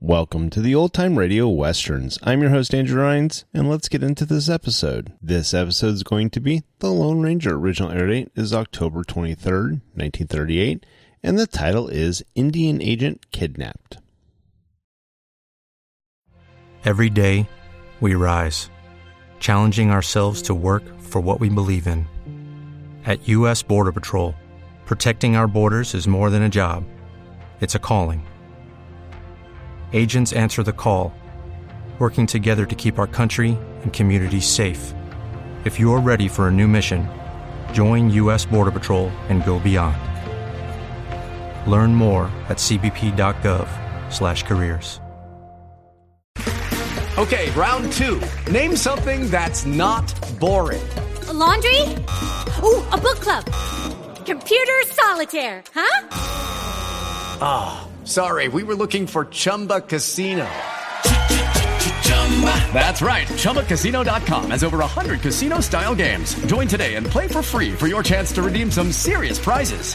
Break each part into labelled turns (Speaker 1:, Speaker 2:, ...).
Speaker 1: Welcome to the Old Time Radio Westerns. I'm your host, Andrew Rhines, and let's get into this episode. This episode is going to be The Lone Ranger. Original air date is October 23rd, 1938, and the title is Indian Agent Kidnapped.
Speaker 2: Every day, we rise, challenging ourselves to work for what we believe in. At U.S. Border Patrol, protecting our borders is more than a job, it's a calling. Agents answer the call, working together to keep our country and communities safe. If you are ready for a new mission, join U.S. Border Patrol and go beyond. Learn more at cbp.gov/careers.
Speaker 3: Okay, round two. Name something that's not boring.
Speaker 4: A laundry? Ooh, a book club. Computer solitaire, huh?
Speaker 3: Ah, sorry, we were looking for Chumba Casino. That's right, ChumbaCasino.com has over 100 casino style games. Join today and play for free for your chance to redeem some serious prizes.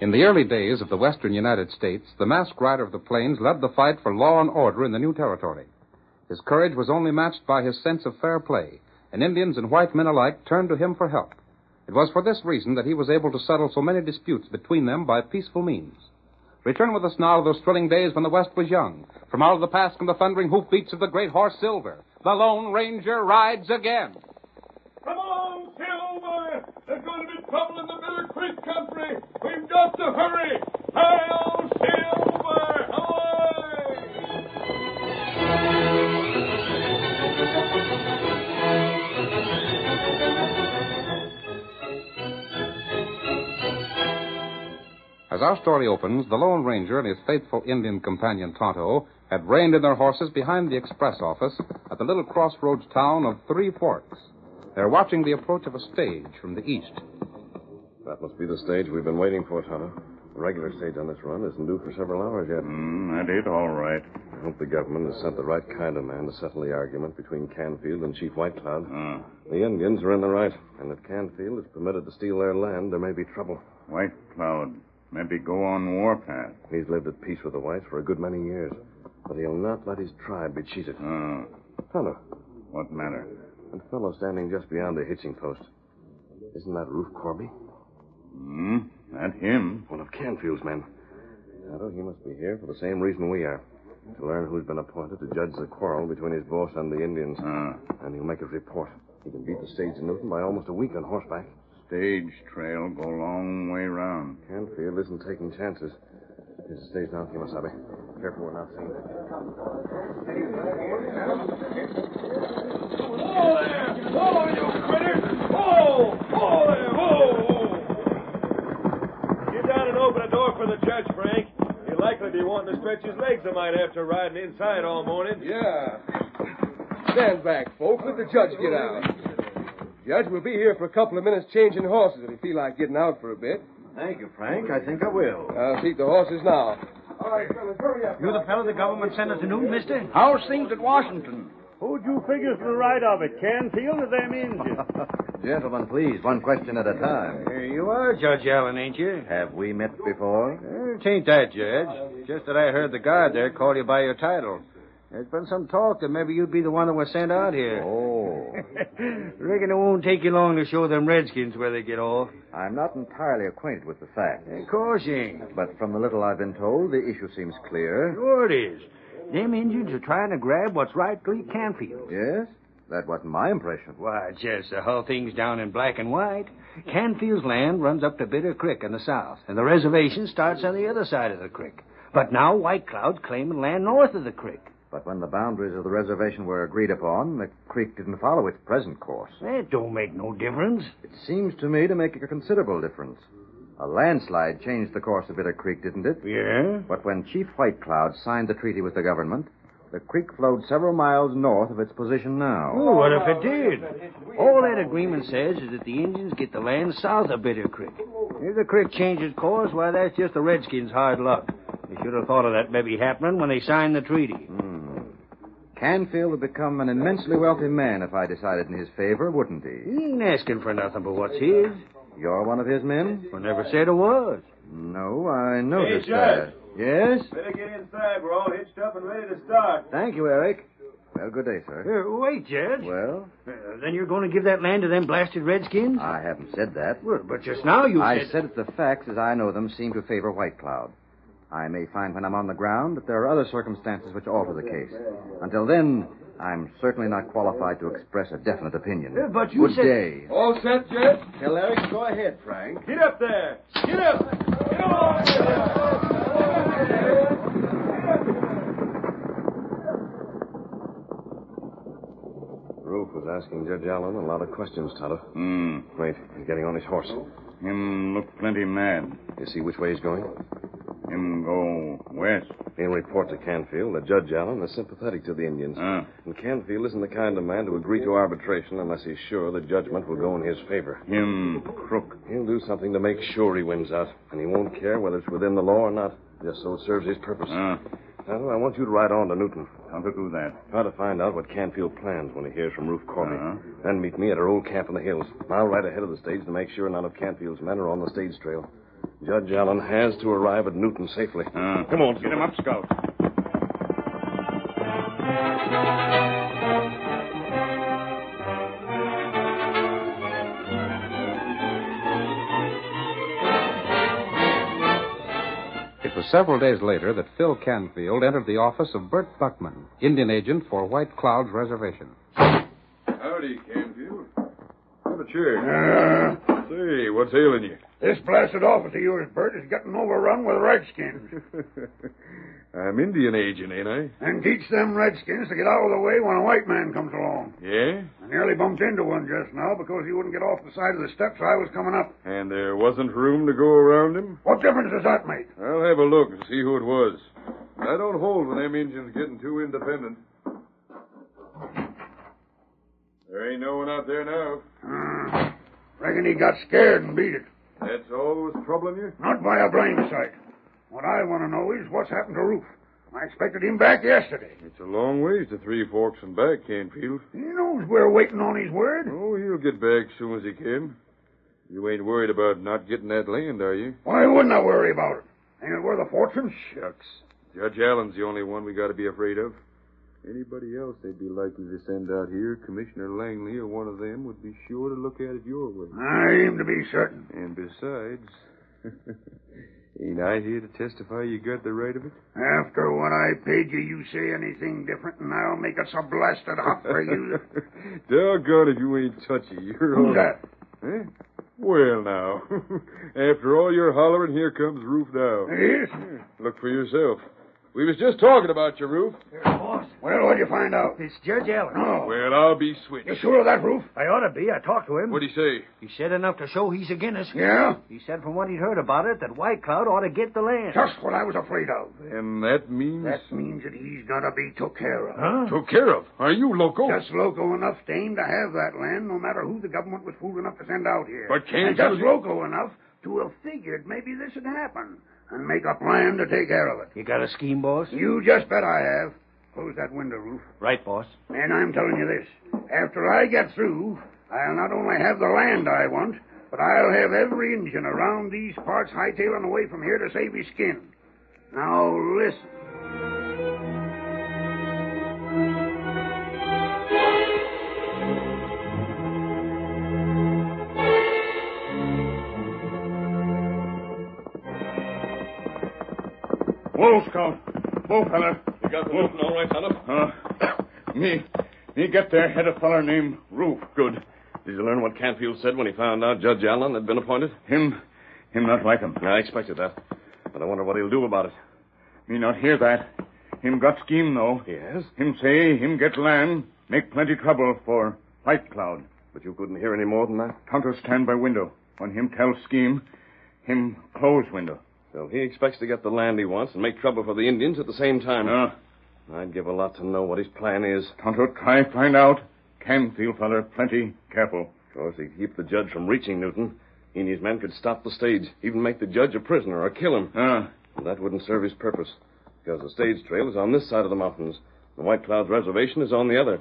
Speaker 5: In the early days of the western United States, the masked rider of the plains led the fight for law and order in the new territory. His courage was only matched by his sense of fair play, and Indians and white men alike turned to him for help. It was for this reason that he was able to settle so many disputes between them by peaceful means. Return with us now to those thrilling days when the West was young. From out of the past come the thundering hoofbeats of the great horse Silver. The Lone Ranger rides again.
Speaker 6: Come on, Silver! There's going to be trouble in the Bitter Creek country. We've got to hurry. Hail, Silver!
Speaker 5: As our story opens, the Lone Ranger and his faithful Indian companion Tonto had reined in their horses behind the express office at the little crossroads town of Three Forks. They're watching the approach of a stage from the east.
Speaker 7: That must be the stage we've been waiting for, Tonto. The regular stage on this run isn't due for several hours yet.
Speaker 8: Mm, that ain't all right.
Speaker 7: I hope the government has sent the right kind of man to settle the argument between Canfield and Chief White Cloud.
Speaker 8: Uh,
Speaker 7: The Indians are in the right, and if Canfield is permitted to steal their land, there may be trouble.
Speaker 8: White Cloud, maybe go on warpath.
Speaker 7: He's lived at peace with the whites for a good many years, but he'll not let his tribe be cheated.
Speaker 8: Uh,
Speaker 7: Tonto,
Speaker 8: what matter?
Speaker 7: that fellow standing just beyond the hitching post, isn't that Roof Corby?
Speaker 8: Hmm? That him?
Speaker 7: One of Canfield's men. Tonto, he must be here for the same reason we are. To learn who's been appointed to judge the quarrel between his boss and the Indians.
Speaker 8: Ah.
Speaker 7: And he'll make his report. He can beat the stage to Newton by almost a week on horseback.
Speaker 8: Stage trail go long way round.
Speaker 7: Canfield isn't taking chances. Here's the stage now, Kimasabe. Careful we're not
Speaker 6: Whoa! Whoa there! Whoa!
Speaker 9: Get down and open a door for the church, Frank. He'll likely be wanting to stretch his legs a mite after riding inside all morning.
Speaker 10: Yeah. Stand back, folks. Let the judge get out. Judge, we'll be here for a couple of minutes changing horses if you feel like getting out for a bit.
Speaker 11: Thank you, Frank. I think I will.
Speaker 10: I'll seat the horses now.
Speaker 11: All right, fellas, hurry up. You the fellow the government sent us to noon, mister?
Speaker 12: How's things at Washington?
Speaker 13: Who'd you figure for the right of it, Canfield or them Indians?
Speaker 11: Gentlemen, please, one question at a time.
Speaker 12: Here you are, Judge Allen, ain't you?
Speaker 11: Have we met before?
Speaker 12: Eh, It ain't that, Judge. Just that I heard the guard there call you by your title. There's been some talk that maybe you'd be the one that was sent out here.
Speaker 11: Oh.
Speaker 12: Reckon it won't take you long to show them Redskins where they get off.
Speaker 11: I'm not entirely acquainted with the facts.
Speaker 12: Of course you ain't.
Speaker 11: But from the little I've been told, the issue seems clear.
Speaker 12: Sure it is. Them Indians are trying to grab what's rightfully Canfield.
Speaker 11: Yes? That wasn't my impression.
Speaker 12: Why, Judge, the whole thing's down in black and white. Canfield's land runs up to Bitter Creek in the south, and the reservation starts on the other side of the creek. But now White Cloud's claiming land north of the creek.
Speaker 11: But when the boundaries of the reservation were agreed upon, the creek didn't follow its present course.
Speaker 12: That don't make no difference.
Speaker 11: It seems to me to make a considerable difference. A landslide changed the course of Bitter Creek, didn't it?
Speaker 12: Yeah.
Speaker 11: But when Chief White Cloud signed the treaty with the government, the creek flowed several miles north of its position now.
Speaker 12: Well, what if it did? All that agreement says is that the Indians get the land south of Bitter Creek. If the creek changes course, why, that's just the Redskins' hard luck. They should have thought of that maybe happening when they signed the treaty.
Speaker 11: Canfield would become an immensely wealthy man if I decided in his favor, wouldn't
Speaker 12: He
Speaker 11: he?
Speaker 12: ain't asking for nothing but what's his.
Speaker 11: You're one of his men?
Speaker 12: I never said it was.
Speaker 11: No, I noticed
Speaker 9: Judge.
Speaker 11: that. Yes?
Speaker 9: Better get inside. We're all hitched up and ready to start.
Speaker 11: Thank you, Eric. Well, good day, sir.
Speaker 12: Uh, wait, Judge.
Speaker 11: Well,
Speaker 12: Uh, then you're going to give that land to them blasted Redskins?
Speaker 11: I haven't said that.
Speaker 12: Well, but just now you
Speaker 11: I
Speaker 12: said-
Speaker 11: said that the facts as I know them seem to favor White Cloud. I may find when I'm on the ground that there are other circumstances which alter the case. Until then, I'm certainly not qualified to express a definite opinion.
Speaker 12: Uh, but you
Speaker 11: Good
Speaker 12: said-
Speaker 11: day.
Speaker 10: All set, Judge?
Speaker 11: Tell Eric, go ahead, Frank.
Speaker 9: Get up there. Get up.
Speaker 7: Roof was asking Judge Allen a lot of questions, Tonto.
Speaker 8: Hmm.
Speaker 7: Wait, he's getting on his horse.
Speaker 8: Him look plenty mad.
Speaker 7: You see which way he's going?
Speaker 8: Him go west.
Speaker 7: He'll report to Canfield that Judge Allen is sympathetic to the Indians.
Speaker 8: Uh,
Speaker 7: And Canfield isn't the kind of man to agree to arbitration unless he's sure the judgment will go in his favor.
Speaker 8: him crook.
Speaker 7: He'll do something to make sure he wins out, and he won't care whether it's within the law or not, just so it serves his purpose.
Speaker 8: Uh,
Speaker 7: Tonto, I want you to ride on to Newton.
Speaker 8: Tonto do that.
Speaker 7: Try to find out what Canfield plans when he hears from Roof Corby.
Speaker 8: Uh-huh.
Speaker 7: Then meet me at our old camp in the hills. I'll ride ahead of the stage to make sure none of Canfield's men are on the stage trail.
Speaker 14: Judge Allen has to arrive at Newton safely. Come on.
Speaker 6: Get him up, Scout.
Speaker 5: It was several days later that Phil Canfield entered the office of Bert Buckman, Indian agent for White Cloud's reservation.
Speaker 8: Howdy, Canfield. Have a chair. Say, what's ailing you?
Speaker 15: This blasted office of yours, Bert, has gotten overrun with redskins.
Speaker 8: I'm Indian agent, ain't I?
Speaker 15: and teach them redskins to get out of the way when a white man comes along.
Speaker 8: Yeah?
Speaker 15: I nearly bumped into one just now because he wouldn't get off the side of the steps I was coming up.
Speaker 8: And there wasn't room to go around him?
Speaker 15: What difference does that make?
Speaker 8: I'll have a look and see who it was. I don't hold with them Indians getting too independent. There ain't no one out there now.
Speaker 15: Hmm. Reckon he got scared and beat it.
Speaker 8: That's all that was troubling you?
Speaker 15: Not by a blame sight. What I want to know is what's happened to Roof. I expected him back yesterday.
Speaker 8: It's a long ways to Three Forks and back, Canfield.
Speaker 15: He knows we're waiting on his word.
Speaker 8: Oh, he'll get back soon as he can. You ain't worried about not getting that land, are you?
Speaker 15: Why wouldn't I worry about it? Ain't it worth a fortune?
Speaker 8: Shucks. Judge Allen's the only one we got to be afraid of. Anybody else they'd be likely to send out here, Commissioner Langley or one of them, would be sure to look at it your way.
Speaker 15: I aim to be certain.
Speaker 8: And besides, ain't I here to testify you got the right of it?
Speaker 15: After what I paid you, you say anything different, and I'll make us a blasted hop for you.
Speaker 8: Doggone if you ain't touchy. You're
Speaker 15: Who's
Speaker 8: all...
Speaker 15: that?
Speaker 8: Eh? Well, now. After all your hollering, here comes Roof now.
Speaker 15: Yes?
Speaker 8: Look for yourself. We was just talking about your Roof.
Speaker 15: Well, what'd you find out?
Speaker 12: It's Judge Allen.
Speaker 15: No.
Speaker 8: Well, I'll be switched.
Speaker 15: You sure of that, Roof?
Speaker 12: I ought to be. I talked to him.
Speaker 8: What'd he say?
Speaker 12: He said enough to show he's against us.
Speaker 15: Yeah?
Speaker 12: He said from what he'd heard about it that White Cloud ought to get the land.
Speaker 15: Just what I was afraid of.
Speaker 8: And that means...
Speaker 15: That means that he's got to be took care of.
Speaker 8: Took care of. Are you loco?
Speaker 15: Just loco enough to aim to have that land, no matter who the government was fool enough to send out here.
Speaker 8: But can't
Speaker 15: And just
Speaker 8: you-
Speaker 15: loco enough to have figured maybe this would happen and make a plan to take care of it.
Speaker 12: You got a scheme, boss?
Speaker 15: You just bet I have. Close that window, Roof.
Speaker 12: Right, boss.
Speaker 15: And I'm telling you this. After I get through, I'll not only have the land I want, but I'll have every Indian around these parts hightailing away from here to save his skin. Now listen.
Speaker 6: Whoa, Scout. Whoa, fella.
Speaker 16: You got the Newton all right, Tonto?
Speaker 6: Uh, me, me get there, head a feller named Roof. Good.
Speaker 7: Did you learn what Canfield said when he found out Judge Allen had been appointed?
Speaker 6: Him, him not like him.
Speaker 7: I expected that. But I wonder what he'll do about it.
Speaker 6: Me not hear that. Him got scheme, though.
Speaker 7: Yes?
Speaker 6: Him say, him get land, make plenty trouble for White Cloud.
Speaker 7: But you couldn't hear any more than that?
Speaker 6: Tonto stand by window. When him tell scheme, him close window.
Speaker 7: So he expects to get the land he wants and make trouble for the Indians at the same time.
Speaker 6: No.
Speaker 7: I'd give a lot to know what his plan is.
Speaker 6: Ah. Tonto try find out. Canfield feller plenty careful.
Speaker 7: Of course, he'd keep the judge from reaching Newton. He and his men could stop the stage, even make the judge a prisoner or kill him.
Speaker 6: Ah.
Speaker 7: And that wouldn't serve his purpose, because the stage trail is on this side of the mountains, and White Cloud's reservation is on the other.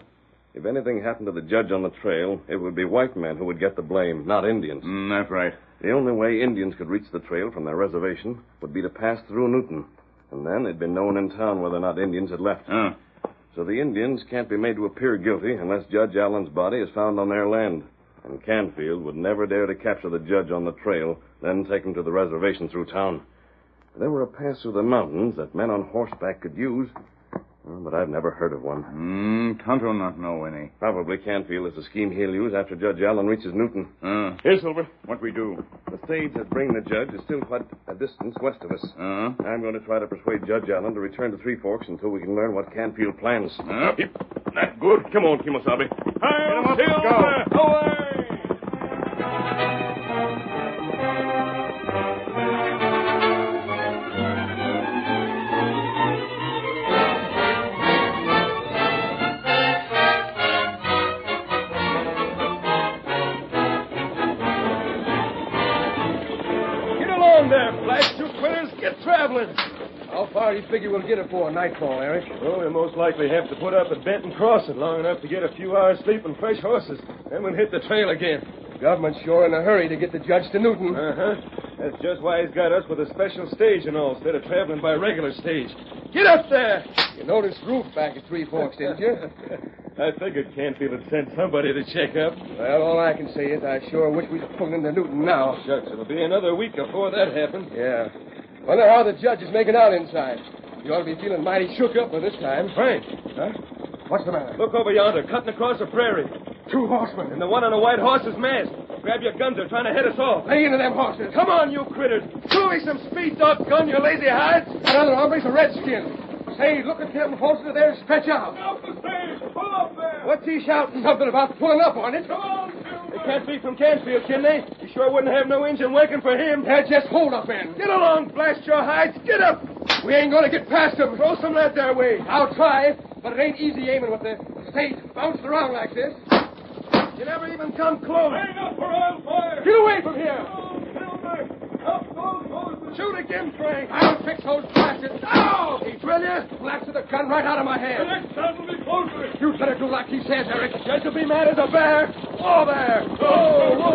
Speaker 7: If anything happened to the judge on the trail, it would be white men who would get the blame, not Indians.
Speaker 6: Mm, that's right.
Speaker 7: The only way Indians could reach the trail from their reservation would be to pass through Newton, and then it'd be known in town whether or not Indians had left.
Speaker 6: Ah.
Speaker 7: So the Indians can't be made to appear guilty unless Judge Allen's body is found on their land. And Canfield would never dare to capture the judge on the trail, then take him to the reservation through town. There were a pass through the mountains that men on horseback could use, well, but I've never heard of one.
Speaker 6: Mm, Tonto not know any.
Speaker 7: Probably Canfield is a scheme he'll use after Judge Allen reaches Newton.
Speaker 6: Ah.
Speaker 7: Here, Silver.
Speaker 6: What we do?
Speaker 7: The stage that's bringing the judge is still quite a distance west of us.
Speaker 6: Uh-huh.
Speaker 7: I'm going to try to persuade Judge Allen to return to Three Forks until we can learn what Canfield plans.
Speaker 6: Yep.
Speaker 7: That good. Come on, Kimosabe.
Speaker 8: I'll
Speaker 16: Get along there, Flash. You quitters, get traveling.
Speaker 9: How far do you figure we'll get it for nightfall, Eric?
Speaker 16: Well, we'll most likely have to put up at Benton Crossing long enough to get a few hours sleep and fresh horses. Then we'll hit the trail again.
Speaker 9: Government's sure in a hurry to get the judge to Newton.
Speaker 16: Uh-huh. That's just why he's got us with a special stage and all, instead of traveling by regular stage. Get up there!
Speaker 9: You noticed Roof back at Three Forks, didn't you?
Speaker 16: I figured Canfield had sent somebody to check up.
Speaker 9: Well, all I can say is I sure wish we was pulling into Newton now.
Speaker 16: Shucks, it'll be another week before that happens.
Speaker 9: Yeah. Wonder how the judge is making out inside. You ought to be feeling mighty shook up by this time.
Speaker 16: Frank.
Speaker 9: Huh? What's the matter?
Speaker 16: Look over yonder, cutting across the prairie.
Speaker 9: Two horsemen.
Speaker 16: And the one on a white horse is masked. Grab your guns, they're trying to head us off.
Speaker 9: Lay into them horses.
Speaker 16: Come on, you critters.
Speaker 9: Show me some speed, gun, you lazy hides. Another hombre's a redskin. Say, look at them horses there stretch out.
Speaker 6: Out the stage! Pull up there!
Speaker 9: What's he shouting something about pulling up on it?
Speaker 6: Come on, Silver!
Speaker 16: They can't be from Canfield, can they? You sure wouldn't have no engine working for him.
Speaker 9: Yeah, just hold up, in.
Speaker 16: Get along, blast your hides. Get up.
Speaker 9: We ain't gonna get past them.
Speaker 16: Throw some lead their way.
Speaker 9: I'll try, but it ain't easy aiming with the state bounced around like this. You never even come close.
Speaker 6: Hang up or I'll fire.
Speaker 9: Get away from here.
Speaker 6: Oh, up those horses.
Speaker 9: Shoot again, Frank. I'll fix those bastards. Ow! He drill you? Blasted the gun right out of my hand.
Speaker 6: The next time will be closer.
Speaker 9: You better do like he says, Eric. Judge will be mad as a bear. Oh, there. Oh, whoa.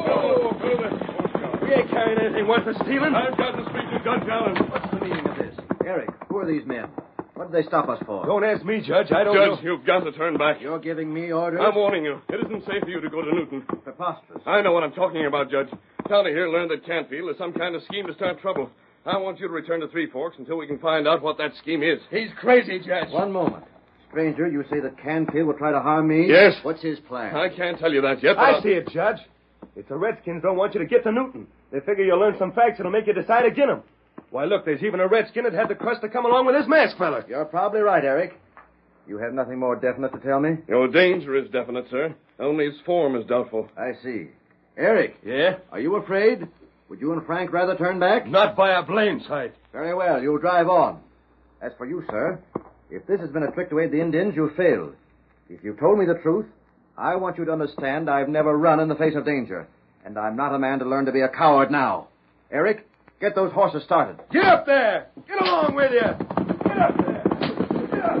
Speaker 6: Oh, oh,
Speaker 16: we ain't carrying anything worth the stealing.
Speaker 6: I've got to speak to Judge Allen.
Speaker 11: What's the meaning of this? Eric, who are these men? What did they stop us for?
Speaker 16: Don't ask me, Judge. I don't
Speaker 7: Judge,
Speaker 16: know.
Speaker 7: you've got to turn back.
Speaker 11: You're giving me orders?
Speaker 7: I'm warning you. It isn't safe for you to go to Newton.
Speaker 11: Preposterous.
Speaker 7: I know what I'm talking about, Judge. Towner here learned that Canfield is some kind of scheme to start trouble. I want you to return to Three Forks until we can find out what that scheme is.
Speaker 9: He's crazy, Judge.
Speaker 11: One moment. Stranger, you say that Canfield will try to harm me?
Speaker 7: Yes.
Speaker 11: What's his plan?
Speaker 7: I can't tell you that yet.
Speaker 16: I I'll... see it, Judge. It's the Redskins don't want you to get to Newton. They figure you'll learn some facts that'll make you decide against them. Why, look, there's even a redskin that had the crust to come along with this mask feller.
Speaker 11: You're probably right, Eric. You have nothing more definite to tell me?
Speaker 7: Your danger is definite, sir. Only its form is doubtful.
Speaker 11: I see. Eric.
Speaker 16: Yeah?
Speaker 11: Are you afraid? Would you and Frank rather turn back?
Speaker 16: Not by a blame sight.
Speaker 11: Very well. You'll drive on. As for you, sir, if this has been a trick to aid the Indians, you've failed. If you told me the truth, I want you to understand I've never run in the face of danger. And I'm not a man to learn to be a coward now. Eric, Get those horses started.
Speaker 16: Get up there! Get along with you! Get up there! Get up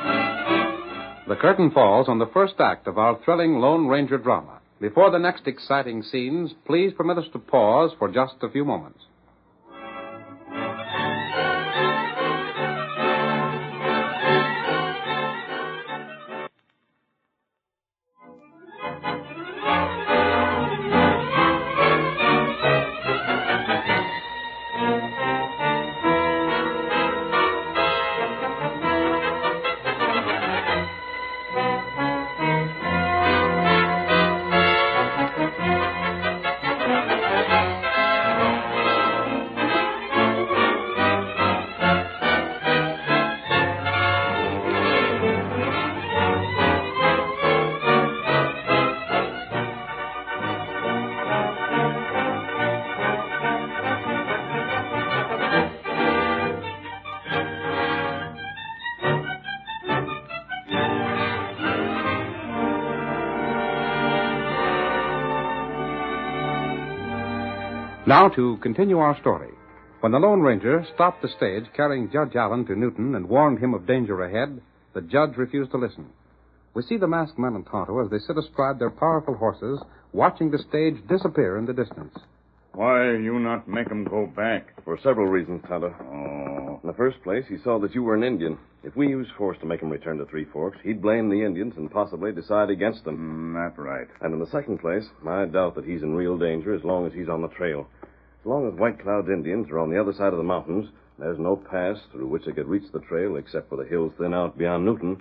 Speaker 5: there! The curtain falls on the first act of our thrilling Lone Ranger drama. Before the next exciting scenes, please permit us to pause for just a few moments. Now to continue our story. When the Lone Ranger stopped the stage carrying Judge Allen to Newton and warned him of danger ahead, the judge refused to listen. We see the masked man and Tonto as they sit astride their powerful horses, watching the stage disappear in the distance.
Speaker 6: Why you not make 'em go back?
Speaker 7: For several reasons, Tonto.
Speaker 6: Oh.
Speaker 7: In the first place, he saw that you were an Indian. If we used force to make 'em return to Three Forks, he'd blame the Indians and possibly decide against them.
Speaker 6: Mm, that's right.
Speaker 7: And in the second place, I doubt that he's in real danger as long as he's on the trail. As long as White Cloud's Indians are on the other side of the mountains, there's no pass through which they could reach the trail except where the hills thin out beyond Newton.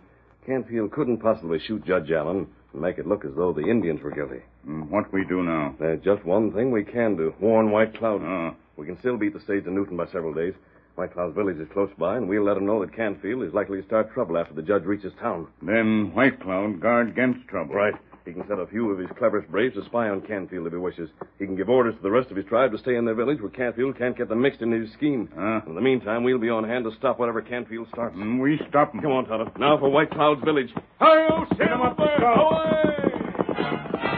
Speaker 7: Canfield couldn't possibly shoot Judge Allen and make it look as though the Indians were guilty.
Speaker 12: Hmm.
Speaker 6: Mm, what we do now?
Speaker 7: There's just one thing we can do warn White Cloud.
Speaker 6: Uh.
Speaker 7: We can still beat the stage to Newton by several days. White Cloud's village is close by, and we'll let him know that Canfield is likely to start trouble after the judge reaches town.
Speaker 6: Then White Cloud guard against trouble.
Speaker 7: Right. He can set a few of his cleverest braves to spy on Canfield if he wishes. He can give orders to the rest of his tribe to stay in their village where Canfield can't get them mixed in his scheme.
Speaker 6: Uh.
Speaker 7: In the meantime, we'll be on hand to stop whatever Canfield starts.
Speaker 6: Mm, we stop him.
Speaker 7: Come on, Tonto. Now for White Cloud's village.
Speaker 6: Hi-yo, send him up there. Away!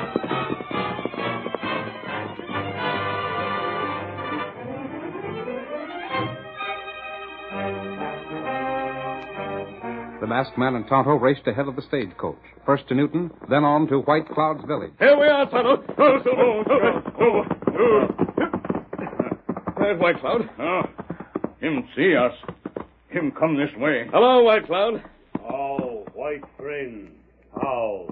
Speaker 5: The masked man and Tonto raced ahead of the stagecoach, first to Newton, then on to White Cloud's village.
Speaker 6: Here we are, Tonto. Oh, so long. Oh, oh, oh. There's White Cloud. Oh,
Speaker 9: Ah,
Speaker 6: him see us. Him come this way. Hello, White Cloud.
Speaker 13: Oh, white friend, how?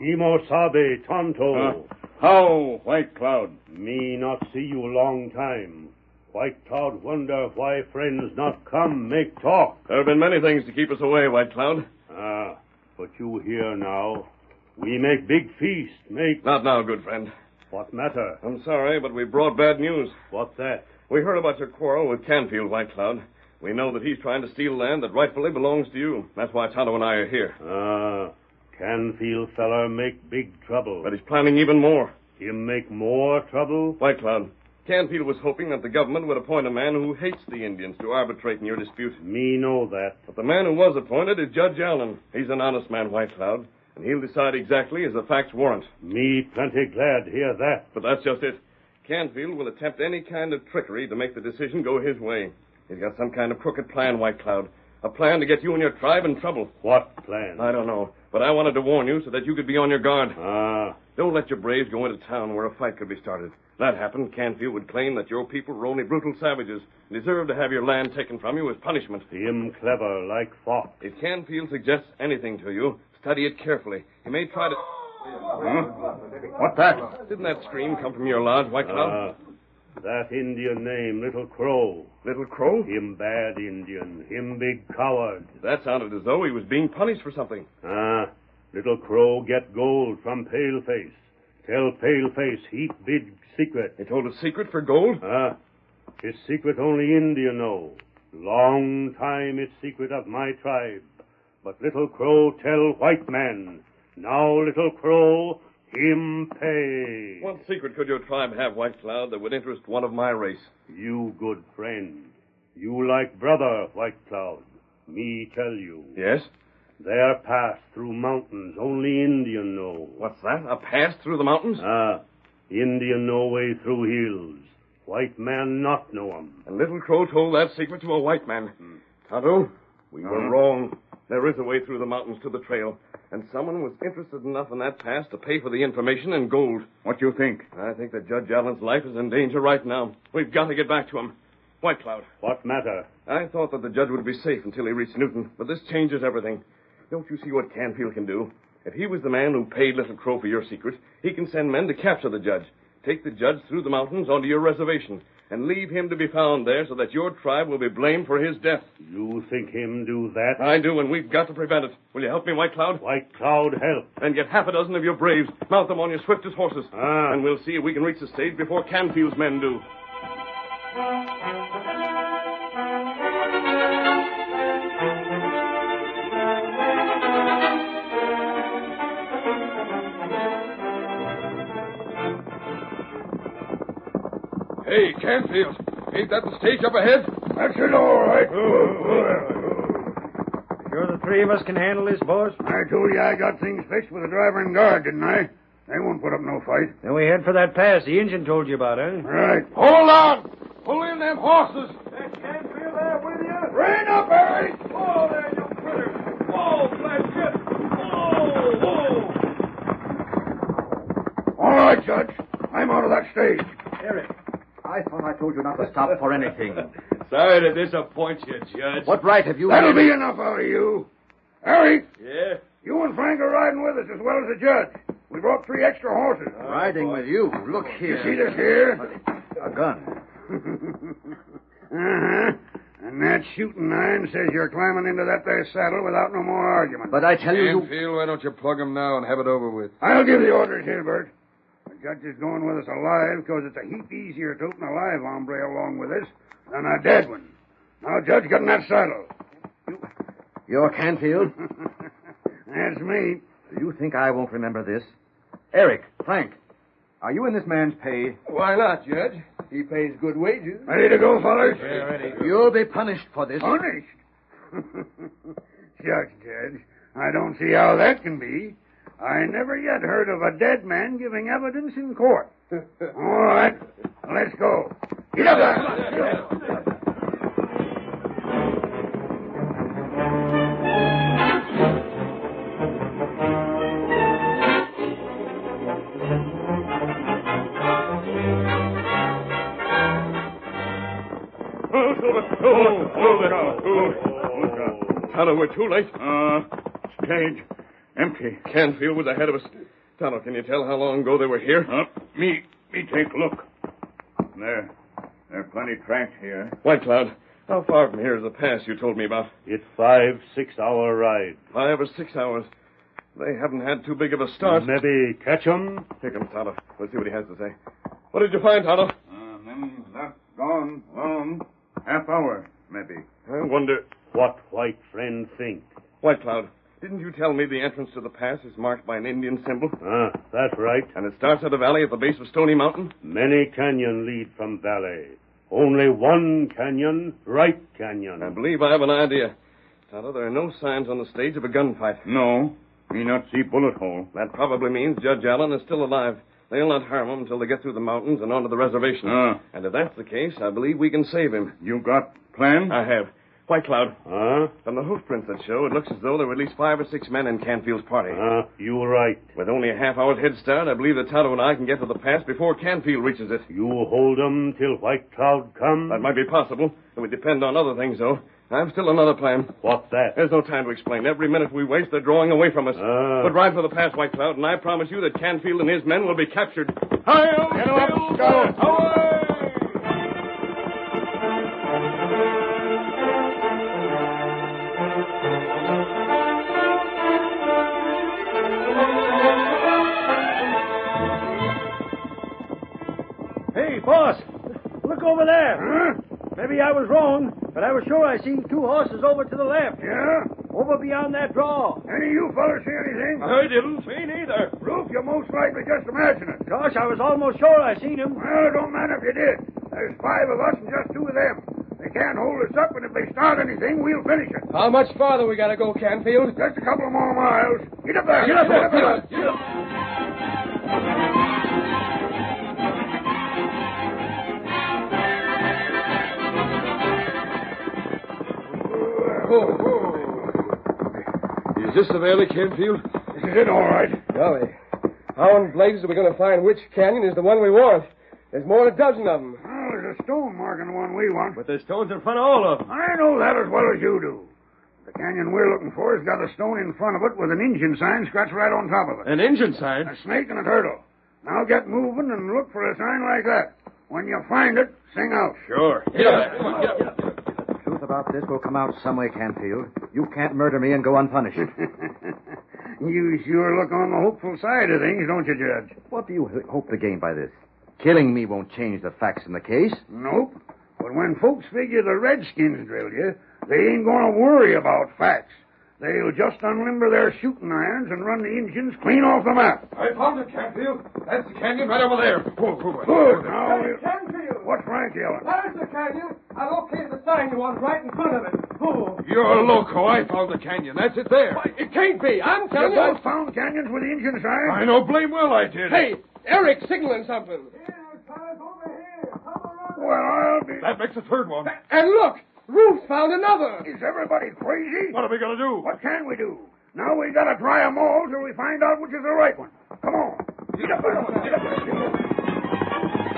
Speaker 13: Timo Sabe Tonto.
Speaker 9: Ah,
Speaker 6: How, White Cloud?
Speaker 13: Me not see you long time. White Cloud wonder why friends not come make talk.
Speaker 7: There have been many things to keep us away, White Cloud.
Speaker 13: Ah, but you here now. We make big feast, make...
Speaker 7: Not now, good friend.
Speaker 13: What matter?
Speaker 7: I'm sorry, but we brought bad news.
Speaker 13: What that?
Speaker 7: We heard about your quarrel with Canfield, White Cloud. We know that he's trying to steal land that rightfully belongs to you. That's why Tonto and I are here.
Speaker 13: Ah, Canfield feller make big trouble.
Speaker 7: But he's planning even more.
Speaker 13: Him make more trouble?
Speaker 7: White Cloud, Canfield was hoping that the government would appoint a man who hates the Indians to arbitrate in your dispute.
Speaker 13: Me know that.
Speaker 7: But the man who was appointed is Judge Allen. He's an honest man, White Cloud, and he'll decide exactly as the facts warrant.
Speaker 13: Me plenty glad hear that.
Speaker 7: But that's just it. Canfield will attempt any kind of trickery to make the decision go his way. He's got some kind of crooked plan, White Cloud. A plan to get you and your tribe in trouble.
Speaker 13: What plan?
Speaker 7: I don't know, but I wanted to warn you so that you could be on your guard.
Speaker 13: Ah.
Speaker 7: Don't let your braves go into town where a fight could be started. If that happened, Canfield would claim that your people were only brutal savages and deserved to have your land taken from you as punishment.
Speaker 13: Him clever like fox.
Speaker 7: If Canfield suggests anything to you, study it carefully. He may try to.
Speaker 6: Huh? What that?
Speaker 7: Didn't that scream come from your lodge, White Cloud?
Speaker 13: Ah. That Indian name, Little Crow.
Speaker 7: Little Crow?
Speaker 13: Him bad Indian. Him big coward.
Speaker 7: That sounded as though he was being punished for something.
Speaker 13: Ah, Little Crow get gold from Paleface. Tell Paleface heap big secret.
Speaker 7: He told a secret for gold?
Speaker 13: Ah, his secret only Indian know. Long time it's secret of my tribe. But Little Crow tell white man. Now Little Crow him pay.
Speaker 7: What secret could your tribe have, White Cloud, that would interest one of my race?
Speaker 13: You good friend. You like brother, White Cloud. Me tell you.
Speaker 7: Yes?
Speaker 13: Their pass through mountains only Indian know.
Speaker 7: What's that? A pass through the mountains?
Speaker 13: Ah. Indian no way through hills. White man not know 'em.
Speaker 7: And Little Crow told that secret to a white man. Hmm. Tonto, we hmm.
Speaker 13: Uh-huh.
Speaker 7: were wrong. There is a way through the mountains to the trail, and someone was interested enough in that pass to pay for the information and gold.
Speaker 6: What do you think?
Speaker 7: I think that Judge Allen's life is in danger right now. We've got to get back to him. White Cloud.
Speaker 13: What matter?
Speaker 7: I thought that the judge would be safe until he reached Newton, but this changes everything. Don't you see what Canfield can do? If he was the man who paid Little Crow for your secret, he can send men to capture the judge, take the judge through the mountains onto your reservation, and leave him to be found there so that your tribe will be blamed for his death.
Speaker 13: You think him do that?
Speaker 7: I do, and we've got to prevent it. Will you help me, White Cloud?
Speaker 13: White Cloud, help.
Speaker 7: Then get half a dozen of your braves, mount them on your swiftest horses,
Speaker 13: ah.
Speaker 7: and we'll see if we can reach the stage before Canfield's men do.
Speaker 6: Hey, Canfield, ain't that the stage up ahead?
Speaker 15: That's it, all right.
Speaker 12: Sure the three of us can handle this, boss?
Speaker 15: I told you I got things fixed with the driver and guard, didn't I? They won't put up no fight.
Speaker 12: Then we head for that pass the engine told you about, eh?
Speaker 15: Right.
Speaker 6: Hold on! Pull in them horses!
Speaker 9: That Canfield there with you?
Speaker 15: Rein up, Harry!
Speaker 9: Whoa there, you critter! Whoa, Blasket! Whoa, whoa!
Speaker 15: All right, Judge. I'm out of that stage.
Speaker 11: Eric, I thought I told you not to stop for anything.
Speaker 17: Sorry to disappoint you, Judge.
Speaker 11: What right have you?
Speaker 15: That'll been? be enough out of you. Harry.
Speaker 17: Yeah?
Speaker 15: You and Frank are riding with us as well as the judge. We brought three extra horses.
Speaker 11: Oh, riding boy. with you? Look here.
Speaker 15: You see this here?
Speaker 11: A
Speaker 15: gun. uh-huh. And that shooting iron says you're climbing into that there saddle without no more argument.
Speaker 11: But I tell you...
Speaker 6: Canfield, why don't you plug him now and have it over with?
Speaker 15: I'll give the orders here, Bert. The judge is going with us alive because it's a heap easier to open a live hombre along with us than a dead one. Now, Judge, get in that saddle. You...
Speaker 11: You're Canfield?
Speaker 15: That's me.
Speaker 11: Do you think I won't remember this? Eric, Frank, are you in this man's pay?
Speaker 9: Why not, Judge? He pays good wages.
Speaker 15: Ready to go, fellas?
Speaker 11: Yeah, ready. You'll be punished for this.
Speaker 15: Punished? Judge, Judge, I don't see how that can be. I never yet heard of a dead man giving evidence in court. All right, let's go. Get up there.
Speaker 6: Oh, oh, oh, oh, Tonto, we're too late. Uh, stage empty.
Speaker 7: Canfield was ahead of us. Tonto, can you tell how long ago they were here?
Speaker 6: Huh? Me, me take look.
Speaker 8: There. There are plenty tracks here.
Speaker 7: White Cloud, how far from here is the pass you told me about?
Speaker 13: It's five, six hour ride.
Speaker 7: Five or six hours. They haven't had too big of a start.
Speaker 13: Maybe catch 'em.
Speaker 7: Here comes Tonto. We'll see what he has to say. What did you find, Tonto?
Speaker 8: Uh, them left gone long. Half hour, maybe.
Speaker 7: I wonder.
Speaker 13: What white friend think?
Speaker 7: White Cloud, didn't you tell me the entrance to the pass is marked by an Indian symbol?
Speaker 13: Ah, that's right.
Speaker 7: And it starts at a valley at the base of Stony Mountain?
Speaker 13: Many canyon lead from valley. Only one canyon, right canyon.
Speaker 7: I believe I have an idea. Tonto, there are no signs on the stage of a gunfight.
Speaker 8: No. Me not see bullet hole.
Speaker 7: That probably means Judge Allen is still alive. They'll not harm him until they get through the mountains and onto the reservation.
Speaker 8: Ah.
Speaker 7: And if that's the case, I believe we can save him.
Speaker 8: You got plan?
Speaker 7: I have. White Cloud.
Speaker 13: Huh?
Speaker 7: From the hoof prints that show, it looks as though there were at least five or six men in Canfield's party.
Speaker 13: Huh? You right.
Speaker 7: With only a half hour's head start, I believe that Tonto and I can get to the pass before Canfield reaches it.
Speaker 13: You hold 'em till White Cloud come.
Speaker 7: That might be possible. It would depend on other things, though. I've still another plan.
Speaker 13: What's that?
Speaker 7: There's no time to explain. Every minute we waste, they're drawing away from us.
Speaker 13: Ah.
Speaker 7: But ride for the pass, White Cloud, and I promise you that Canfield and his men will be captured. Hi-yo!
Speaker 8: Get 'em up, scouts.
Speaker 7: Away!
Speaker 12: Hey, boss, look over there.
Speaker 15: Huh?
Speaker 12: Maybe I was wrong, but I was sure I seen two horses over to the left.
Speaker 15: Yeah?
Speaker 12: Over beyond that draw.
Speaker 15: Any of you fellers see anything?
Speaker 6: I didn't see neither.
Speaker 15: Roof, you most likely just imagine it.
Speaker 12: Gosh, I was almost sure I seen him.
Speaker 15: Well, it don't matter if you did. There's five of us and just two of them. They can't hold us up, and if they start anything, we'll finish it.
Speaker 9: How much farther we gotta go, Canfield?
Speaker 15: Just a couple of more miles. Get up there.
Speaker 9: Get up there,
Speaker 15: Get up
Speaker 9: Get up. Oh,
Speaker 17: Is this the valley, Canfield?
Speaker 15: This is it, all right.
Speaker 9: Golly. How in blazes are we going to find which canyon is the one we want? There's more than a dozen of them.
Speaker 15: Well, Oh, there's a stone marking the one we want.
Speaker 17: But there's stones in front of all of them.
Speaker 15: I know that as well as you do. The canyon we're looking for has got a stone in front of it with an engine sign scratched right on top of it.
Speaker 17: An engine sign?
Speaker 15: A snake and a turtle. Now get moving and look for a sign like that. When you find it, sing out.
Speaker 17: Sure. Get up there. Come on, get up.
Speaker 11: The truth about this will come out some way, Canfield. You can't murder me and go unpunished.
Speaker 15: You sure look on the hopeful side of things, don't you, Judge?
Speaker 11: what do you h- hope to gain by this? Killing me won't change the facts in the case.
Speaker 15: Nope. But when folks figure the Redskins drilled you, they ain't going to worry about facts. They'll just unlimber their shooting irons and run the engines clean off the map.
Speaker 17: I found it, Canfield. That's the canyon right over there. Whoa, whoa, whoa.
Speaker 15: Good. Now
Speaker 9: Hey,
Speaker 15: we'll...
Speaker 9: Canfield!
Speaker 15: What's Frank yelling?
Speaker 9: There's the canyon. I located the sign you want right in front of it. Oh.
Speaker 17: You're a loco. I found the canyon. That's it there.
Speaker 9: It can't be. I'm
Speaker 15: You
Speaker 9: telling you.
Speaker 15: both found canyons with the engine sign?
Speaker 17: I know blame well I did.
Speaker 9: Hey, Eric signaling something.
Speaker 15: Well, I'll be...
Speaker 17: That makes a third one.
Speaker 9: And look, Ruth found another.
Speaker 15: Is everybody crazy?
Speaker 17: What are we going to do?
Speaker 15: What can we do? Now we gotta try 'em all till we find out which is the right one. Come on. Get up there. Get up there. Get up there.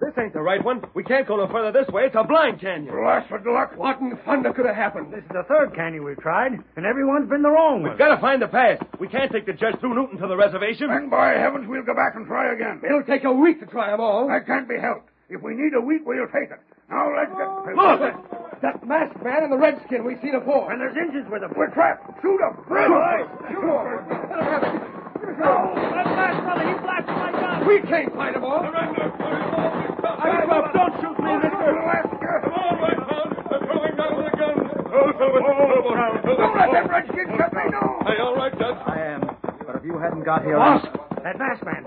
Speaker 16: This ain't the right one. We can't go no further this way. It's a blind canyon.
Speaker 15: Blasted luck.
Speaker 9: What in thunder could have happened?
Speaker 12: This is the third canyon we've tried, and everyone's been the wrong one.
Speaker 16: We've got to find the pass. We can't take the judge through Newton to the reservation.
Speaker 15: And by heavens, we'll go back and try again.
Speaker 9: It'll take a week to try them all.
Speaker 15: That can't be helped. If we need a week, we'll take it. Now let's get.
Speaker 9: That masked man and the redskin we seen afore.
Speaker 12: And there's engines with them.
Speaker 15: We're trapped. Shoot 'em. Drill 'em.
Speaker 9: Shoot off. Let 'em have it.
Speaker 12: That last fellow, he blasted my gun.
Speaker 9: We can't fight them all.
Speaker 12: I give up. Don't shoot me, mister.
Speaker 15: Alaska. Don't let them
Speaker 17: All
Speaker 15: redskins shut me down.
Speaker 17: right, Judge.
Speaker 11: I am. But if you hadn't got here.
Speaker 12: Wasp. That masked man.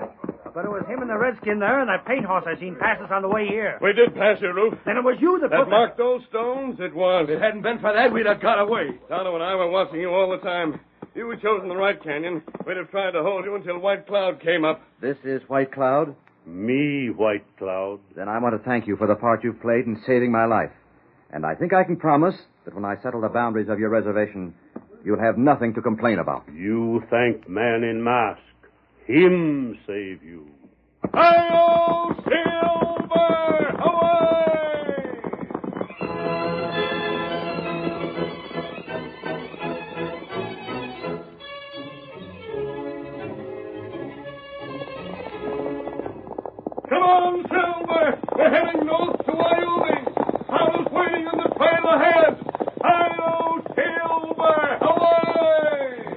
Speaker 12: But it was him and the redskin there and that paint horse I seen pass us on the way here.
Speaker 17: We did pass your roof.
Speaker 12: Then it was you that,
Speaker 17: That
Speaker 12: put
Speaker 17: marked those stones? It was.
Speaker 16: If it hadn't been for that, we'd have got away.
Speaker 7: Tonto and I were watching you all the time. You were chosen the right canyon. We'd have tried to hold you until White Cloud came up.
Speaker 11: This is White Cloud.
Speaker 13: Me, White Cloud.
Speaker 11: Then I want to thank you for the part you've played in saving my life. And I think I can promise that when I settle the boundaries of your reservation, you'll have nothing to complain about.
Speaker 13: You thank man in mask. Him save you.
Speaker 6: Hail, Silver! Away! Come on, Silver! We're heading north to Wyoming! I was waiting on the trail ahead! Hail, Silver! Away!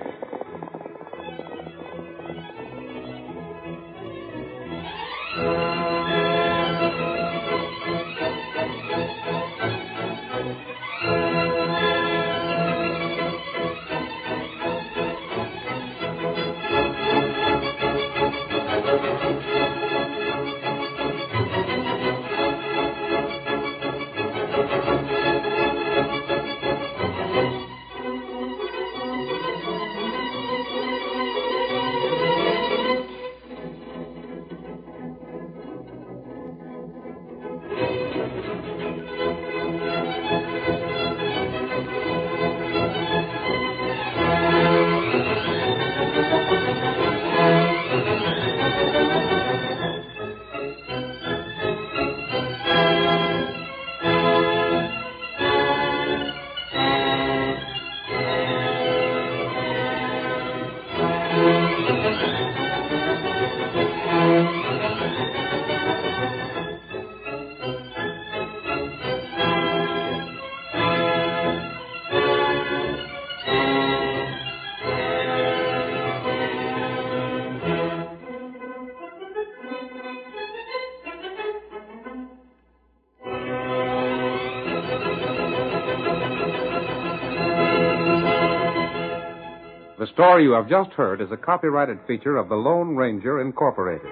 Speaker 5: The story you have just heard is a copyrighted feature of the Lone Ranger Incorporated.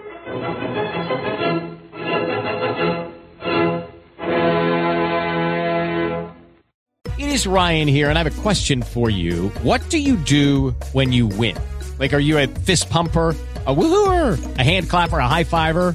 Speaker 18: It is Ryan here, and I have a question for you. What do you do when you win? Like, are you a fist pumper? A woohooer, a hand clapper, a high fiver.